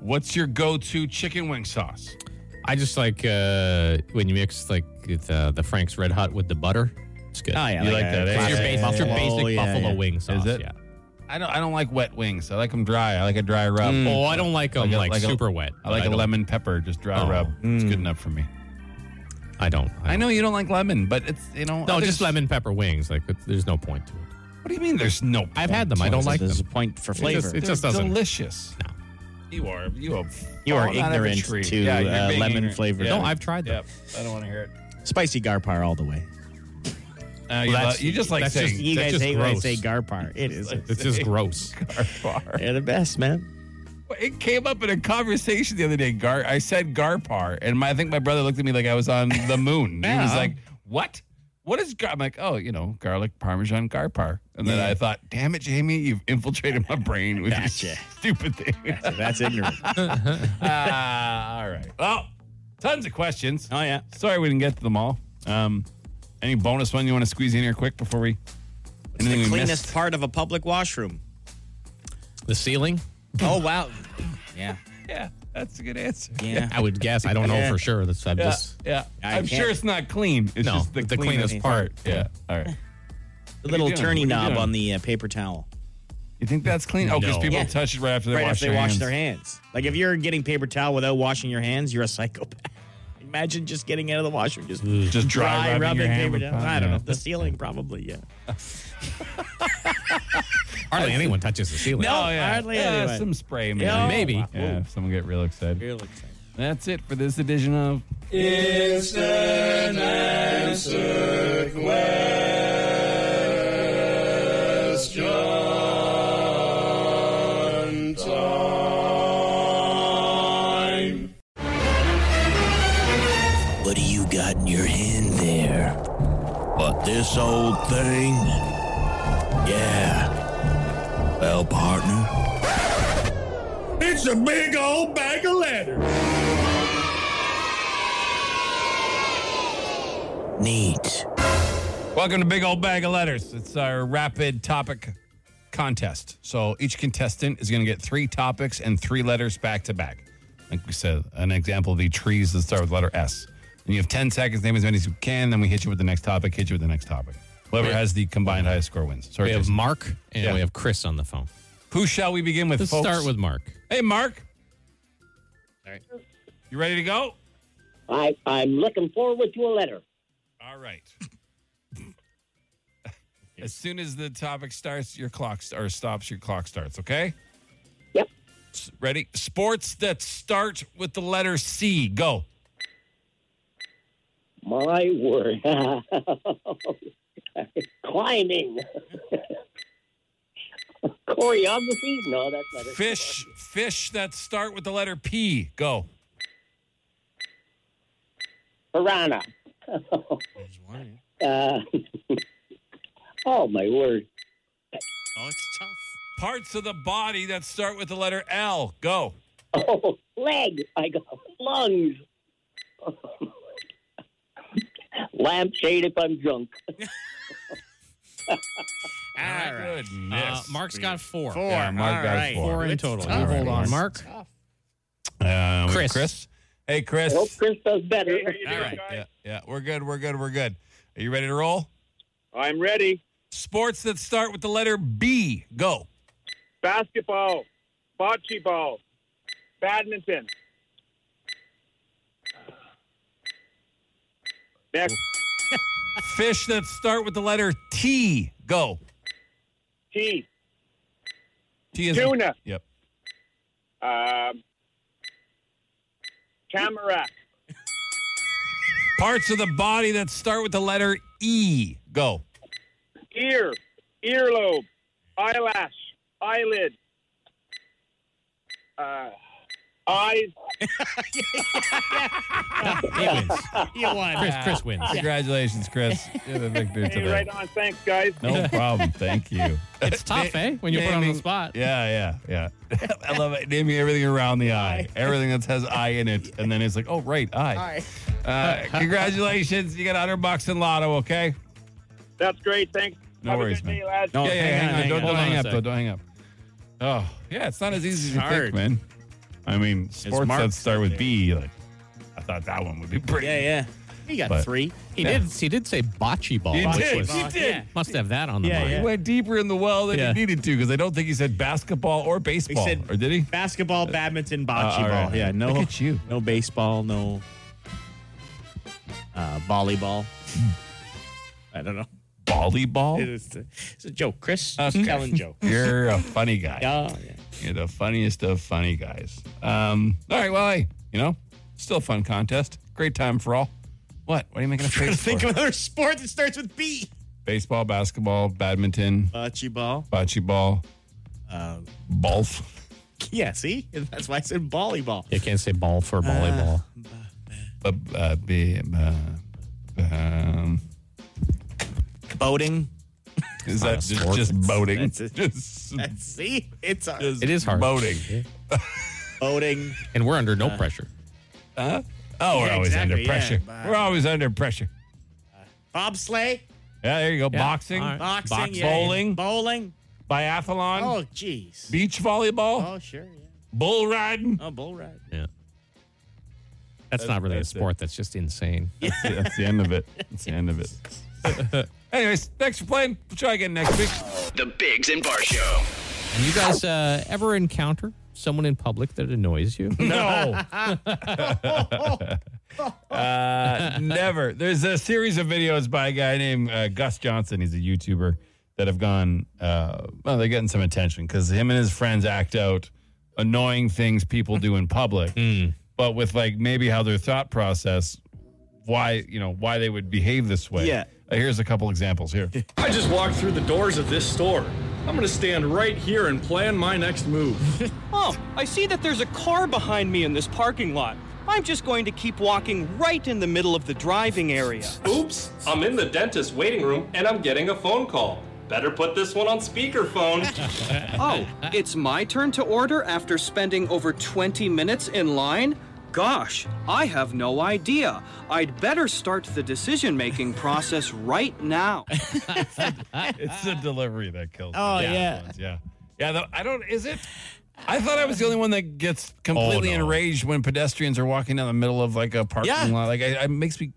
C: What's your go-to chicken wing sauce?
D: i just like uh when you mix like the, the frank's red hot with the butter it's good
E: Oh yeah,
C: You like
E: a
C: that, eh?
D: it's your,
E: classic
D: base, it's your basic
E: yeah,
D: buffalo
E: yeah.
D: wing sauce
C: it?
D: yeah
C: I don't I don't like wet wings. I like them dry. I like a dry rub.
D: oh i don't like them
C: Mm. Like a- like
D: like,
C: a-
D: super wet
C: I
D: but
C: like a
D: don't-
C: lemon pepper, just dry
D: Oh.
C: rub. It's good enough for me.
D: i don't
C: I
D: i, don't.
C: know you don't like lemon, but it's you know
D: no
C: others-
D: just lemon pepper wings like there's no point to it
C: What do you mean there's no
D: I've had them. I
E: So
D: don't
E: it's-
D: like
E: There's
D: them.
E: a point for
C: It's
E: flavor.
C: Just, it just
D: They're
C: doesn't. Delicious. No. You are you are
E: you are
C: falling out of a
E: ignorant
C: tree.
E: to
C: Yeah, you're
E: uh,
C: being
E: lemon
C: ignorant.
E: flavor.
D: No, I've tried them.
C: Yep. I don't want to hear it.
E: spicy garpar all the way.
D: Uh, you,
C: Well,
D: lo-
C: that's-
D: you just like
C: that's
D: saying
C: just-
E: You
D: that's
E: guys
D: just
E: hate when I
D: gross.
E: say garpar. It is.
D: it's just gross.
C: Garpar.
E: They're the best, man.
C: It came up in a conversation the other day. Gar, I said Garpar, and my, I think my brother looked at me like I was on the moon. He was
E: Yeah.
C: like, "What? What is?" Gar-? I'm like, "Oh, you know, garlic parmesan Garpar." And then I thought, "Damn it, Jamie, you've infiltrated my brain with your
E: Gotcha.
C: stupid thing."
E: That's ignorant.
C: Oh, Ah, all right. Well, tons of questions.
E: oh yeah.
C: Sorry we didn't get to them all. Um, any bonus one you want to squeeze in here quick before we?
E: It's
C: anything
E: the
C: we
E: cleanest
C: missed?
E: part of a public washroom.
D: The ceiling?
E: Oh wow. Yeah.
C: Yeah, that's a good answer.
E: Yeah.
D: I would guess. I don't know
E: Yeah.
D: for sure. That's I'm
C: Yeah,
D: just
C: yeah.
E: I
C: I'm
E: can't-
C: sure it's not clean. It's
D: No,
C: just the,
D: the
C: cleanest,
D: cleanest
C: part.
D: part.
C: Yeah. All right.
E: The little
C: What are you
E: turny
C: doing? What are you
E: knob
C: doing?
E: on the uh, paper towel.
C: You think that's clean? Oh, because
D: No.
C: people
E: Yeah.
C: touch it right after they
E: right
C: wash
E: after they
C: their
E: wash
C: hands.
E: their hands. Like if you're getting paper towel without washing your hands, you're a psychopath. Imagine just getting out of the washroom, just
C: Just dry,
E: dry
C: rubbing, your
E: rubbing
C: hand
E: paper
C: with
E: towel.
C: pine-
E: I don't
C: yeah.
E: know. The ceiling probably, yeah.
D: hardly anyone touches the ceiling.
E: No.
C: Oh yeah,
E: Hardly
C: yeah,
E: anyone.
C: some spray maybe.
E: Yeah.
D: Maybe.
C: Yeah, if someone get real excited.
E: Real exciting.
C: That's it for this edition of
J: What do you got in your hand there? What, this old thing? Yeah. Well, partner. It's a big old bag of letters. Neat.
C: Welcome to Big Old Bag of Letters. It's our rapid topic contest. So each contestant is going to get three topics and three letters back to back. Like we said, an example of the trees that start with letter S. And you have 10 seconds, name as many as you can, then we hit you with the next topic, hit you with the next topic. Whoever has the combined highest score wins. Sorry,
D: We have
C: Jason.
D: Mark and
C: Yeah.
D: we have Chris on the phone.
C: Who shall we begin with,
D: Let's
C: folks?
D: start with Mark.
C: Hey, Mark. All right. You ready to go?
J: I, I'm looking forward to a letter.
C: All right. as soon as the topic starts, your clock st- or stops, your clock starts. Okay.
J: Yep.
C: S- ready? Sports that start with the letter C. Go.
J: My word. Climbing. Choreography? No, that's not it.
C: Fish. Fish that start with the letter P. Go.
J: Piranha. uh, oh, my word.
E: Oh, it's tough.
C: Parts of the body that start with the letter L. Go.
J: Oh, leg. I got lungs. Lampshade if I'm drunk.
E: All right.
D: Uh,
C: Goodness.
D: Mark's got four.
E: Four.
C: Yeah, Mark
E: All
C: got
E: right.
C: four.
D: Four in
E: It's
D: total.
E: tough.
D: You hold on,
E: It's
D: Mark.
E: tough.
C: Um,
D: Chris.
C: Chris. Hey,
J: I
C: Chris.
J: hope Chris does better.
C: All right. Yeah, yeah. We're good. We're good. We're good. Are you ready to roll?
H: I'm ready.
C: Sports that start with the letter B. Go.
H: Basketball, bocce ball, badminton. Next,
C: Fish that start with the letter T. Go.
H: T.
C: T is
H: Tuna.
C: Yep.
H: Um, Tamarack.
C: Parts of the body that start with the letter E. Go.
H: Ear. Earlobe. Eyelash. Eyelid. Uh, eyes.
D: He wins.
E: You won.
D: Chris, Chris wins.
C: Congratulations, Chris. You're the victor
H: Hey,
C: today.
H: right on. Thanks, guys.
C: No problem. Thank you.
D: It's tough, eh? When you put on the
C: Naming-
D: spot.
C: Yeah, yeah, yeah. I love it. Name me everything around the eye. Everything that has I in it. And then it's like, oh, right, I. Uh, congratulations. You got 100 bucks in lotto, okay?
H: That's great. Thanks.
C: No
H: Have
C: worries,
H: a good
C: man.
H: day, lads.
E: No,
C: yeah, yeah, Oh, hang, on. Don't,
D: on.
C: don't
D: Hold
C: hang
D: on a
C: up,
D: sec.
C: though. Don't hang up. Oh, yeah, it's not as easy as you think,
E: hard.
C: man. I mean, sports
E: Mark
C: that start with
E: there.
C: B, like, I thought that one would be pretty.
E: Yeah, yeah. He got
C: But-
E: three.
D: He
C: Yeah.
D: did he did say bocce ball,
C: He
D: which
C: did.
D: was
C: He did.
E: Yeah.
D: must have that on the
E: Yeah,
D: mind.
C: He
E: yeah.
C: went deeper in the well than
D: Yeah.
C: he needed to because I don't think he said basketball or baseball.
E: said-
C: or did he? Uh,
E: Basketball, badminton, bocce
C: all
E: ball.
C: right.
E: Yeah, no.
C: Look at you.
E: No baseball,
C: Hmm.
E: no uh, volleyball. I don't know.
C: volleyball?
E: It's a, it's a joke, Chris.
C: Oh. Uh, Okay.
E: It's telling joke.
C: You're a funny guy.
E: Yeah, yeah.
C: You're the funniest of funny guys. Um, all right, well, hey, you know, still a fun contest. Great time for all. What? What are you making a face for?
E: Think of another sport that starts with B.
C: Baseball, basketball, badminton,
E: Bocce ball.
C: bocce ball,
E: Um,
C: uh, golf.
E: Yeah, see? That's why I said volleyball.
D: You can't say ball for volleyball.
C: Uh, uh, be- uh, um,
E: Boating.
C: is that just,
D: sport.
C: just boating?
E: That's it.
C: Just,
E: See? It's a
C: just
D: It is hard.
C: Boating.
E: boating.
D: and we're under no pressure.
C: Oh, we're
E: Yeah,
C: always
E: exactly,
C: under pressure.
E: yeah.
C: we're always under pressure.
E: Bobsleigh.
C: Yeah, there you go.
D: Yeah,
C: Boxing,
D: all right.
E: Boxing.
C: Box-
E: yeah,
C: bowling.
E: Bowling.
C: biathlon,
E: Oh, jeez.
C: beach volleyball,
E: Oh, sure. Yeah.
C: bull riding.
E: Oh, bull ride.
D: Yeah. That's not really a
C: that's it.
D: sport. That's just insane.
C: That's it. That's the end of it. That's the end of it. Anyways, thanks for playing. We'll try again next week.
A: The Bigs and Bar Show.
D: And you guys uh, ever encounter someone in public that annoys you?
C: No. uh, never. There's a series of videos by a guy named uh, Gus Johnson. He's a YouTuber that have gone, uh, well, they're getting some attention because him and his friends act out annoying things people do in public, but with like maybe how their thought process, why, you know, why they would behave this way.
E: Yeah.
C: Uh, here's a couple examples here.
K: I just walked through the doors of this store. I'm gonna stand right here and plan my next move.
B: Oh, I see that there's a car behind me in this parking lot. I'm just going to keep walking right in the middle of the driving area.
K: Oops, I'm in the dentist waiting room and I'm getting a phone call. Better put this one on speakerphone.
B: Oh, it's my turn to order after spending over 20 minutes in line? Gosh, I have no idea. I'd better start the decision making process right now.
C: It's the delivery that kills.
E: Oh,
C: me.
E: yeah.
C: Ones, yeah, yeah. The, I don't. Is it? I thought I was the only one that gets completely
E: Oh, no.
C: enraged when pedestrians are walking down the middle of like a parking
E: Yeah.
C: lot. Like, I, it makes me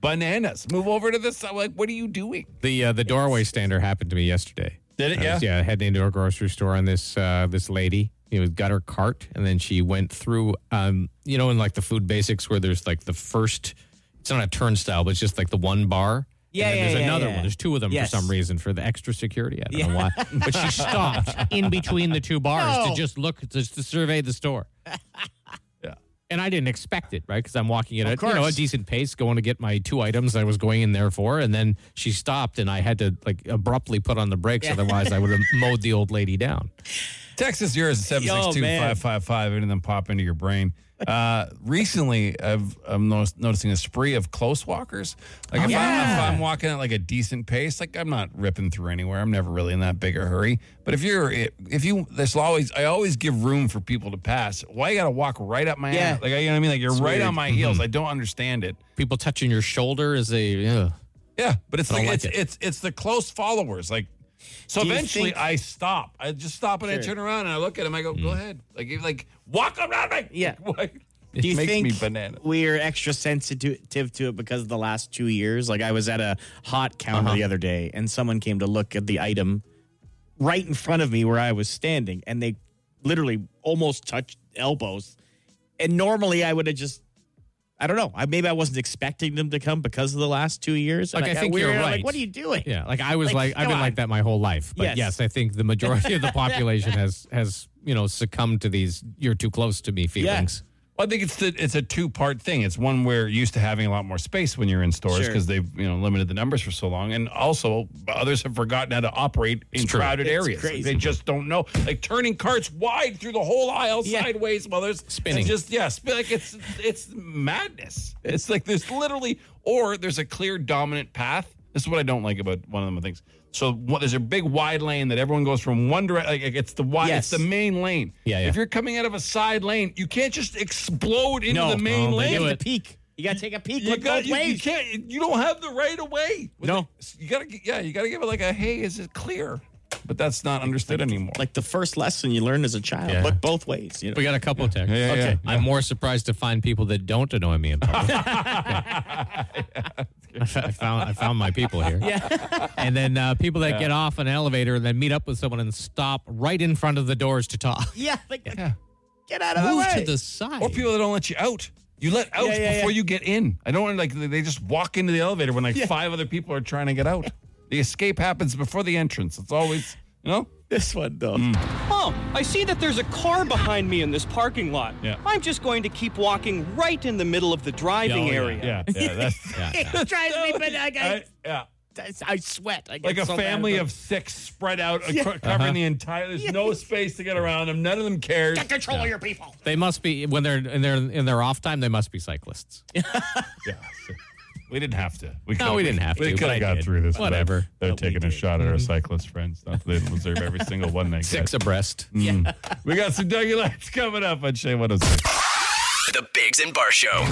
C: bananas. Move over to this. I'm like, what are you doing?
D: The uh, the doorway stander happened to me yesterday.
C: Did it?
D: I was, yeah, heading into a grocery store, and this uh, this lady, you know, got her cart, and then she went through, um, you know, in like the food basics where there's like the first, it's not a turnstile, but it's just like the one bar. and
E: Yeah,
D: then
E: yeah,
D: There's
E: yeah,
D: another
E: yeah.
D: one. There's two of them
E: Yes.
D: for some reason for the extra security. I don't know why, but she stopped in between the two bars
E: No.
D: to just look just to survey the store.
C: Yeah.
D: And I didn't expect it, right? Because I'm walking at
E: Of
D: a, you know, a
E: course.
D: decent pace, going to get my two items I was going in there for, and then she stopped, and I had to like abruptly put on the brakes, otherwise I would have mowed the old lady down.
C: Text us yours at
E: Yo, man.
C: 762-555 and then pop into your brain. Uh, recently, I've, I'm no- noticing a spree of close walkers.
E: Oh,
C: Like if, I'm, if I'm walking at like a decent pace, like I'm not ripping through anywhere. I'm never really in that big a hurry. But if you're, if you, there's always, I always give room for people to pass. Why you got to walk right up my
E: Yeah. Mm-hmm.
C: ass? Like, you know what I mean? Like you're right on my heels. I don't understand it.
D: People touching your shoulder is a ugh.
C: Yeah, but it's
D: I
C: like,
D: don't like
C: it's,
D: it.
C: it's it's the close followers. Like, so
E: Do you
C: eventually
E: think-
C: I stop. I just stop and I
E: Sure.
C: turn around and I look at him. I go, go ahead. Like you like walk around me.
E: Yeah.
C: Like, it
E: Do you
C: makes
E: think
C: me banana.
E: we're extra sensitive to it because of the last two years? Like I was at a hot counter the other day, and someone came to look at the item right in front of me where I was standing, and they literally almost touched elbows. And normally, I would have just. I don't know. I, maybe I wasn't expecting them to come because of the last two years. and
D: Like, I
E: got
D: think you're
E: weirded out,
D: right.
E: Like, what are you doing?
D: yeah. Like I was
E: Like,
D: like, I've
E: come
D: been
E: on.
D: like that my whole life. But
E: Yes.
D: yes. I think the majority of the population has has you know succumbed to these "you're too close to me" feelings.
C: Well, I think it's the, it's a two part thing. It's one where you're used to having a lot more space when you're in stores
E: Sure.
C: because they've you know limited the numbers for so long, and also others have forgotten how to operate in
D: true.
C: crowded
E: It's
C: areas. Like,
E: crazy.
C: they just don't know. Like turning carts wide through the whole aisle
E: Yeah.
C: sideways while there's
D: Spinning.
C: it's Just yeah, spin, like it's it's madness. It's like there's literally or there's a clear dominant path. This is what I don't like about one of the things. So what, there's a big wide lane that everyone goes from one direction. Like it's the wide,
E: Yes.
C: it's the main lane.
D: Yeah, yeah.
C: If you're coming out of a side lane, you can't just explode into
E: No.
C: the main
D: No, they
C: lane.
D: do
E: The
D: it.
E: peak. You gotta take a peek.
C: You
E: look
C: got
E: both
C: you, you
E: ways.
C: can't. You don't have the right of way. With
E: No.
C: the- you gotta. gi- Yeah, you gotta give it like a hey. Is it clear? But that's not understood anymore.
E: like the first lesson you learned as a child.
D: Yeah.
E: Look both ways. You know?
D: We got a couple of texts.
C: Yeah, yeah,
D: okay.
C: yeah.
D: I'm more surprised to find people that don't annoy me in public. I found I found my people here. Yeah. And then uh, people that get off an elevator and then meet up with someone and stop right in front of the doors to talk.
E: Yeah, like, get out of
D: Move
E: my way.
D: to the side.
C: or people that don't let you out. You let out
E: Yeah, yeah,
C: before
E: yeah.
C: you get in. I don't want like they- they just walk into the elevator when like five other people are trying to get out. The escape happens before the entrance. It's always, you know?
E: This one, though.
D: Mm.
B: Oh,
L: Mom, I see that there's a car behind me in this parking lot.
C: Yeah.
L: I'm just going to keep walking right in the middle of the driving
C: Yeah, oh, yeah,
L: area.
C: yeah, yeah, that's- yeah, yeah.
E: It drives
C: I-
E: me bananas.
C: yeah.
E: I sweat. I get
C: Like a
E: so mad
C: family
E: about
C: of six spread out,
E: Yeah.
C: acro- covering
D: Uh-huh.
C: the entire. There's no space to get around them. None of them cares.
E: Get control of your people.
D: They must be when they're in their in their off time. They must be cyclists.
C: Yeah. We didn't have to.
D: No,
C: could've-
D: we didn't have
C: We
D: to,
C: could
D: but I
C: have got
D: did.
C: through this.
D: Whatever.
C: They're taking a shot
E: Mm-hmm.
C: at our cyclist friends. Not that they deserve every single one they
D: Six
C: get.
D: abreast.
C: Mm. We got some Dougie Lights coming up on Shea 106.
A: The Bigs and Bar Show.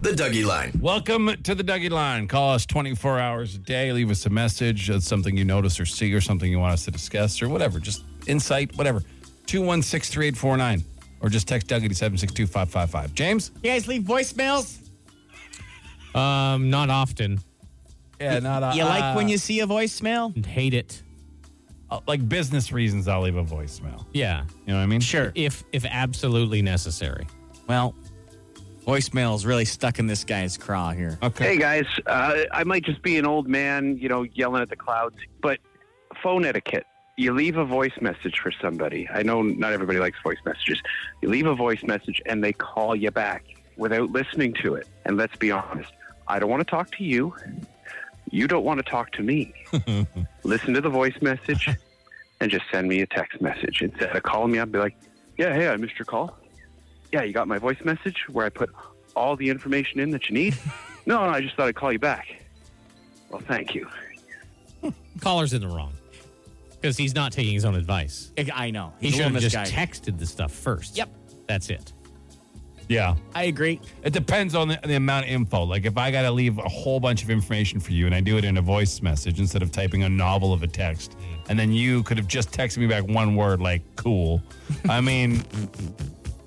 A: The Dougie Line.
C: Welcome to the Dougie Line. Call us 24 hours a day. Leave us a message. It's something you notice or see or something you want us to discuss or whatever. Just insight, whatever. 216 3849. Or just text Dougie to 762 555. James?
E: You guys leave voicemails?
D: Um, not often.
C: Yeah, not uh,
E: you like when you see a voicemail?
D: Uh, Hate it.
C: Like business reasons, I'll leave a voicemail.
D: Yeah.
C: You know what I mean?
E: Sure.
D: If if absolutely necessary.
E: Well, voicemail's really stuck in this guy's craw here.
C: Okay.
F: Hey guys, uh, I might just be an old man, you know, yelling at the clouds, but phone etiquette. You leave a voice message for somebody. I know not everybody likes voice messages. You leave a voice message and they call you back without listening to it. And let's be honest, I don't want to talk to you. You don't want to talk to me. Listen to the voice message and just send me a text message. Instead of calling me up, be like, yeah, hey, I missed your call. Yeah, you got my voice message where I put all the information in that you need? no, no, I just thought I'd call you back. Well, thank you.
D: Caller's in the wrong because he's not taking his own advice.
E: I- I know.
D: He
E: He's
D: should have
E: this
D: just
E: guy.
D: texted the stuff first.
E: Yep.
D: That's it.
C: Yeah.
E: I agree.
C: It depends on the, the amount of info. Like if I got to leave a whole bunch of information for you and I do it in a voice message instead of typing a novel of a text, and then you could have just texted me back one word like cool. I mean,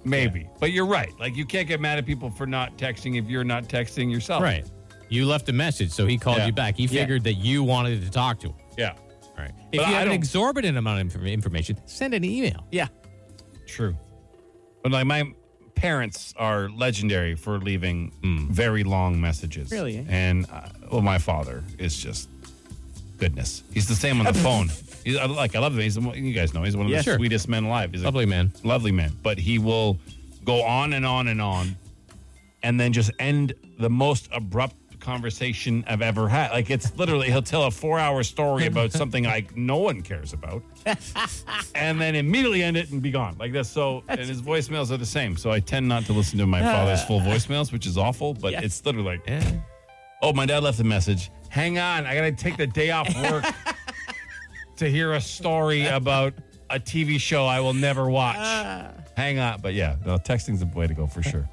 C: maybe. But you're right. Like you can't get mad at people for not texting if you're not texting yourself.
D: Right. You left a message, so he called
C: Oh. Yeah.
D: you back. He
C: Yeah.
D: figured that you wanted to talk to him.
C: Yeah.
D: All right. If
C: But
D: you
C: I
D: have an
C: don't-
D: exorbitant amount of inform- information, send an email.
E: Yeah.
C: True. But like my parents are legendary for leaving mm, very long messages.
E: Really, eh?
C: And uh, well, my father is just goodness. He's the same on the phone. He's, I, like I love him. He's the one- you guys know he's one of
E: Yeah,
C: the
E: sure.
C: sweetest men alive. He's a
D: Lovely man.
C: lovely man. But he will go on and on and on, and then just end the most abrupt conversation I've ever had. Like it's literally he'll tell a four-hour story about something like no one cares about and then immediately end it and be gone. Like that's so. and his voicemails are the same. So I tend not to listen to my father's full voicemails, which is awful. But
E: Yeah.
C: it's literally like, oh, my dad left a message. Hang on, I gotta take the day off work to hear a story about a TV show I will never watch.
D: Uh.
C: Hang on, but yeah, no, texting's the way to go for sure.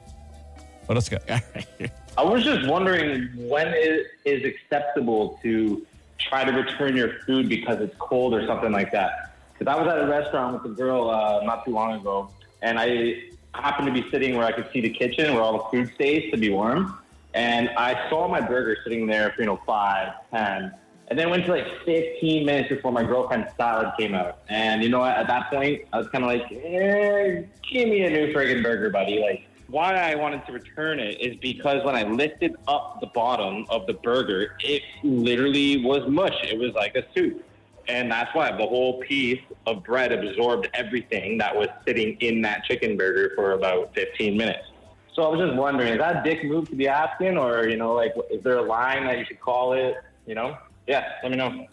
C: What else got?
M: I was just wondering when it is acceptable to try to return your food because it's cold or something like that. Because I was at a restaurant with a girl uh, not too long ago, and I happened to be sitting where I could see the kitchen where all the food stays to be warm. And I saw my burger sitting there for, you know, five, ten. And then it went to like 15 minutes before my girlfriend's salad came out. And you know what? At that point, I was kind of like, eh, give me a new friggin' burger, buddy. Like, why I wanted to return it is because when I lifted up the bottom of the burger, it literally was mush. It was like a soup. And that's why the whole piece of bread absorbed everything that was sitting in that chicken burger for about 15 minutes. So I was just wondering, is that a dick move to be asking? Or, you know, like, is there a line that you should call it? You know? Yeah, let me know.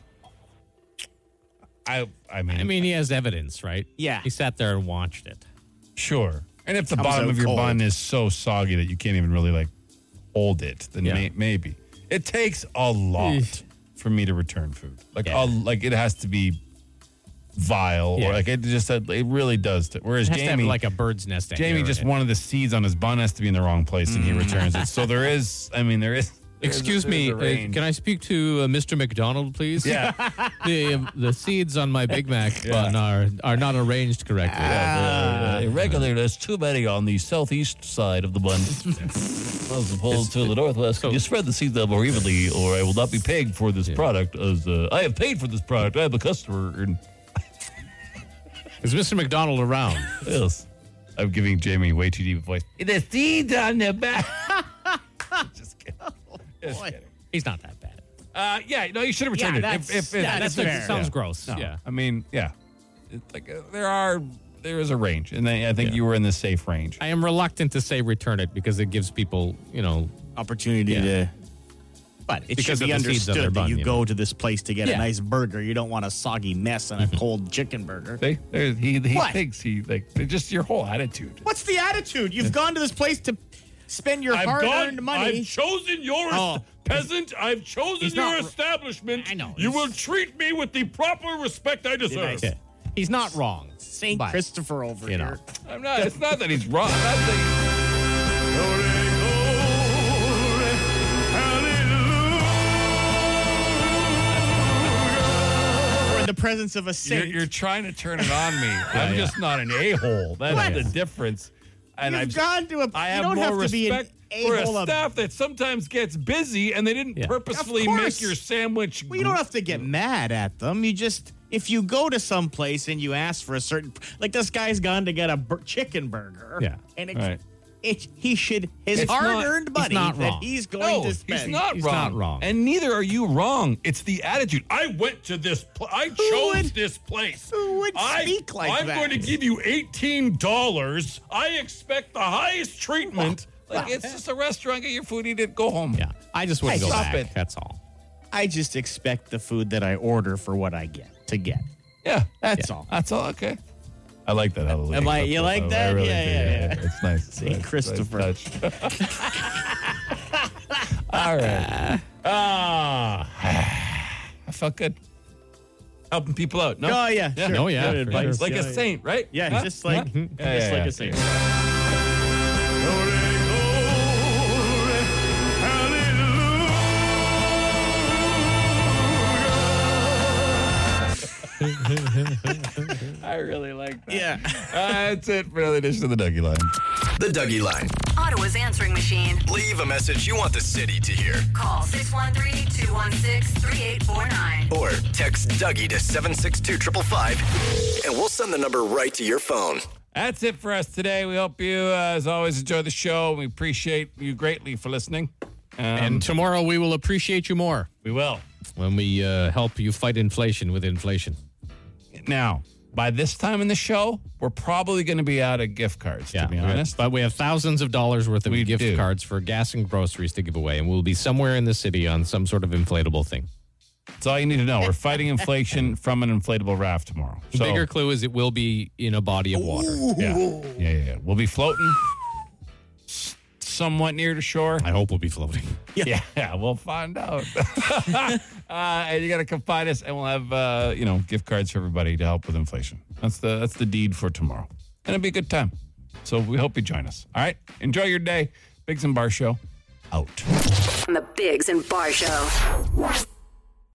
C: I I mean,
D: I mean, he has evidence, right?
E: Yeah.
D: He sat there and watched it.
C: sure. And if the
E: Comes
C: bottom
E: out
C: of your
E: cold.
C: bun is so soggy that you can't even really like hold it, then
D: Yeah.
C: may, maybe it takes a lot
D: Eesh.
C: for me to return food. Like, a,
D: Yeah.
C: like it has to be vile,
D: Yeah.
C: or like it just it really does. To, whereas
D: It has to have
C: Jamie,
D: like a bird's nest.
C: Jamie
D: hangar
C: just
D: in it.
C: one of the seeds on his bun has to be in the wrong place, and he returns it. So there is, I mean, there is. there is a-
D: Excuse
C: there is
D: me,
C: a
D: uh,
C: range.
D: can I speak to uh, Mr. McDonald, please?
C: Yeah.
D: the, um, the seeds on my Big Mac
C: Yeah.
D: bun are, are not arranged correctly.
C: Uh, irregular, there's too many on the southeast side of the bun as opposed to the northwest. Can you spread the seeds out more evenly, or I will not be paying for this product? As uh, I have paid for this product, I am a customer. And
D: Is Mr. McDonald around?
C: yes, I'm giving Jamie way too deep a voice. The seeds on the back. Just kidding. Just kidding.
D: He's not that bad.
C: Uh, yeah, no, you should have
D: Yeah,
C: returned it.
D: that's- yeah,
C: if-
D: that's
C: if-
D: fair. Sounds gross.
C: No.
D: Yeah.
C: I mean, yeah. It's like uh, there are there is a range, and I, I think you were in the safe range.
D: I am reluctant to say return it because it gives people, you know,
E: opportunity to. But it
D: Because
E: should be
D: of the seeds on their
E: understood
D: bun,
E: that you
D: you
E: go to this place to get
D: Yeah.
E: a nice burger. You don't want a soggy mess and a cold chicken burger.
C: See, There's- he he
E: What?
C: thinks he like just your whole attitude.
E: What's the attitude? You've gone to this place to spend your hard-earned money.
C: I've chosen your est-
E: Oh.
C: peasant. I've chosen
E: He's
C: your
E: not r-
C: establishment. I
E: know.
C: You
E: He's-
C: will treat me with the proper respect I deserve.
E: Yeah.
D: he's not wrong.
E: Saint
D: But,
E: Christopher over
D: you know.
E: here.
C: I'm not. It's not that he's wrong. I'm not saying-
E: We're in the presence of a
C: You're,
E: saint.
C: you're trying to turn it on me. I'm
D: yeah.
C: just not an a hole. That's
E: What?
C: the difference. And
E: You've
C: I've
E: gone to a.
C: I
E: you
C: have
E: don't
C: more
E: have to be an
C: respect for a
E: a-hole of-
C: staff that sometimes gets busy and they didn't
D: Yeah.
C: purposefully
E: Of
C: make
E: course.
C: your sandwich.
E: Well, you don't have to get mad at them. You just, if you go to some place and you ask for a certain, like this guy's gone to get a bur- chicken burger.
D: Yeah.
E: And it,
C: Right.
E: it, he should, his
C: It's not-
E: hard earned
D: he's
E: money
D: not
E: that
D: wrong.
E: he's going
C: No,
E: to
C: he's
E: spend.
C: not
D: He's
C: wrong.
D: not wrong.
C: And neither are you wrong. It's the attitude. I went to this. Pl- I chose
E: would-
C: this place.
E: who would
C: I,
E: speak like
C: I'm
E: that?
C: going to give you eighteen dollars. I expect the highest treatment. Like it's just a restaurant. Get your food. Eat it. Go home.
D: yeah. I just wouldn't
E: Hey,
D: go
E: stop
D: back.
E: it.
D: That's all.
E: I just expect the food that I order for what I get to get.
C: Yeah.
E: That's all.
C: That's all. Okay. I like that. How the
E: Am I-
C: league-
E: you like
C: I
E: that?
C: really
E: Yeah,
C: do.
E: yeah, yeah.
C: It's nice.
E: See, Christopher.
C: touch. All right. Ah, I felt good. Helping people out. No.
E: Oh, yeah, sure.
D: Oh, yeah,
E: Good
D: for
E: advice.
D: sure.
C: Like
E: Yeah,
C: a saint, right?
E: Yeah,
C: Huh?
E: just like,
C: Huh? Yeah,
E: just
C: yeah,
E: like
C: yeah.
E: a saint.
C: I really like that.
E: Yeah.
C: That's it for another edition of the Dougie Line.
A: The Dougie Line.
N: Ottawa's answering machine.
A: Leave a message you want the city to hear.
N: Call 613 216 3849.
A: Or text Dougie to 762 555 and we'll send the number right to your phone.
C: That's it for us today. We hope you, uh, as always, enjoy the show. We appreciate you greatly for listening. Um,
D: And tomorrow we will appreciate you more
C: we will.
D: when we uh, help you fight inflation with inflation.
C: Now, by this time in the show, we're probably going to be out of gift cards, to be
D: we have-
C: honest.
D: But we have thousands of dollars worth of
C: We
D: gift
C: do.
D: cards for gas and groceries to give away, and we'll be somewhere in the city on some sort of inflatable thing.
C: That's all you need to know. We're fighting inflation from an inflatable raft tomorrow.
D: The bigger clue is it will be in a body of water.
C: Yeah. yeah, yeah, yeah. We'll be floating s- somewhat near to shore.
D: I hope we'll be floating.
C: Yeah, we'll find out. uh, and you got to come find us, and we'll have uh, you know gift cards for everybody to help with inflation. That's the that's the deed for tomorrow, and it'll be a good time. So we hope you join us. All right, enjoy your day. Biggs and Bar Show, out.
N: On the Biggs and Bar Show.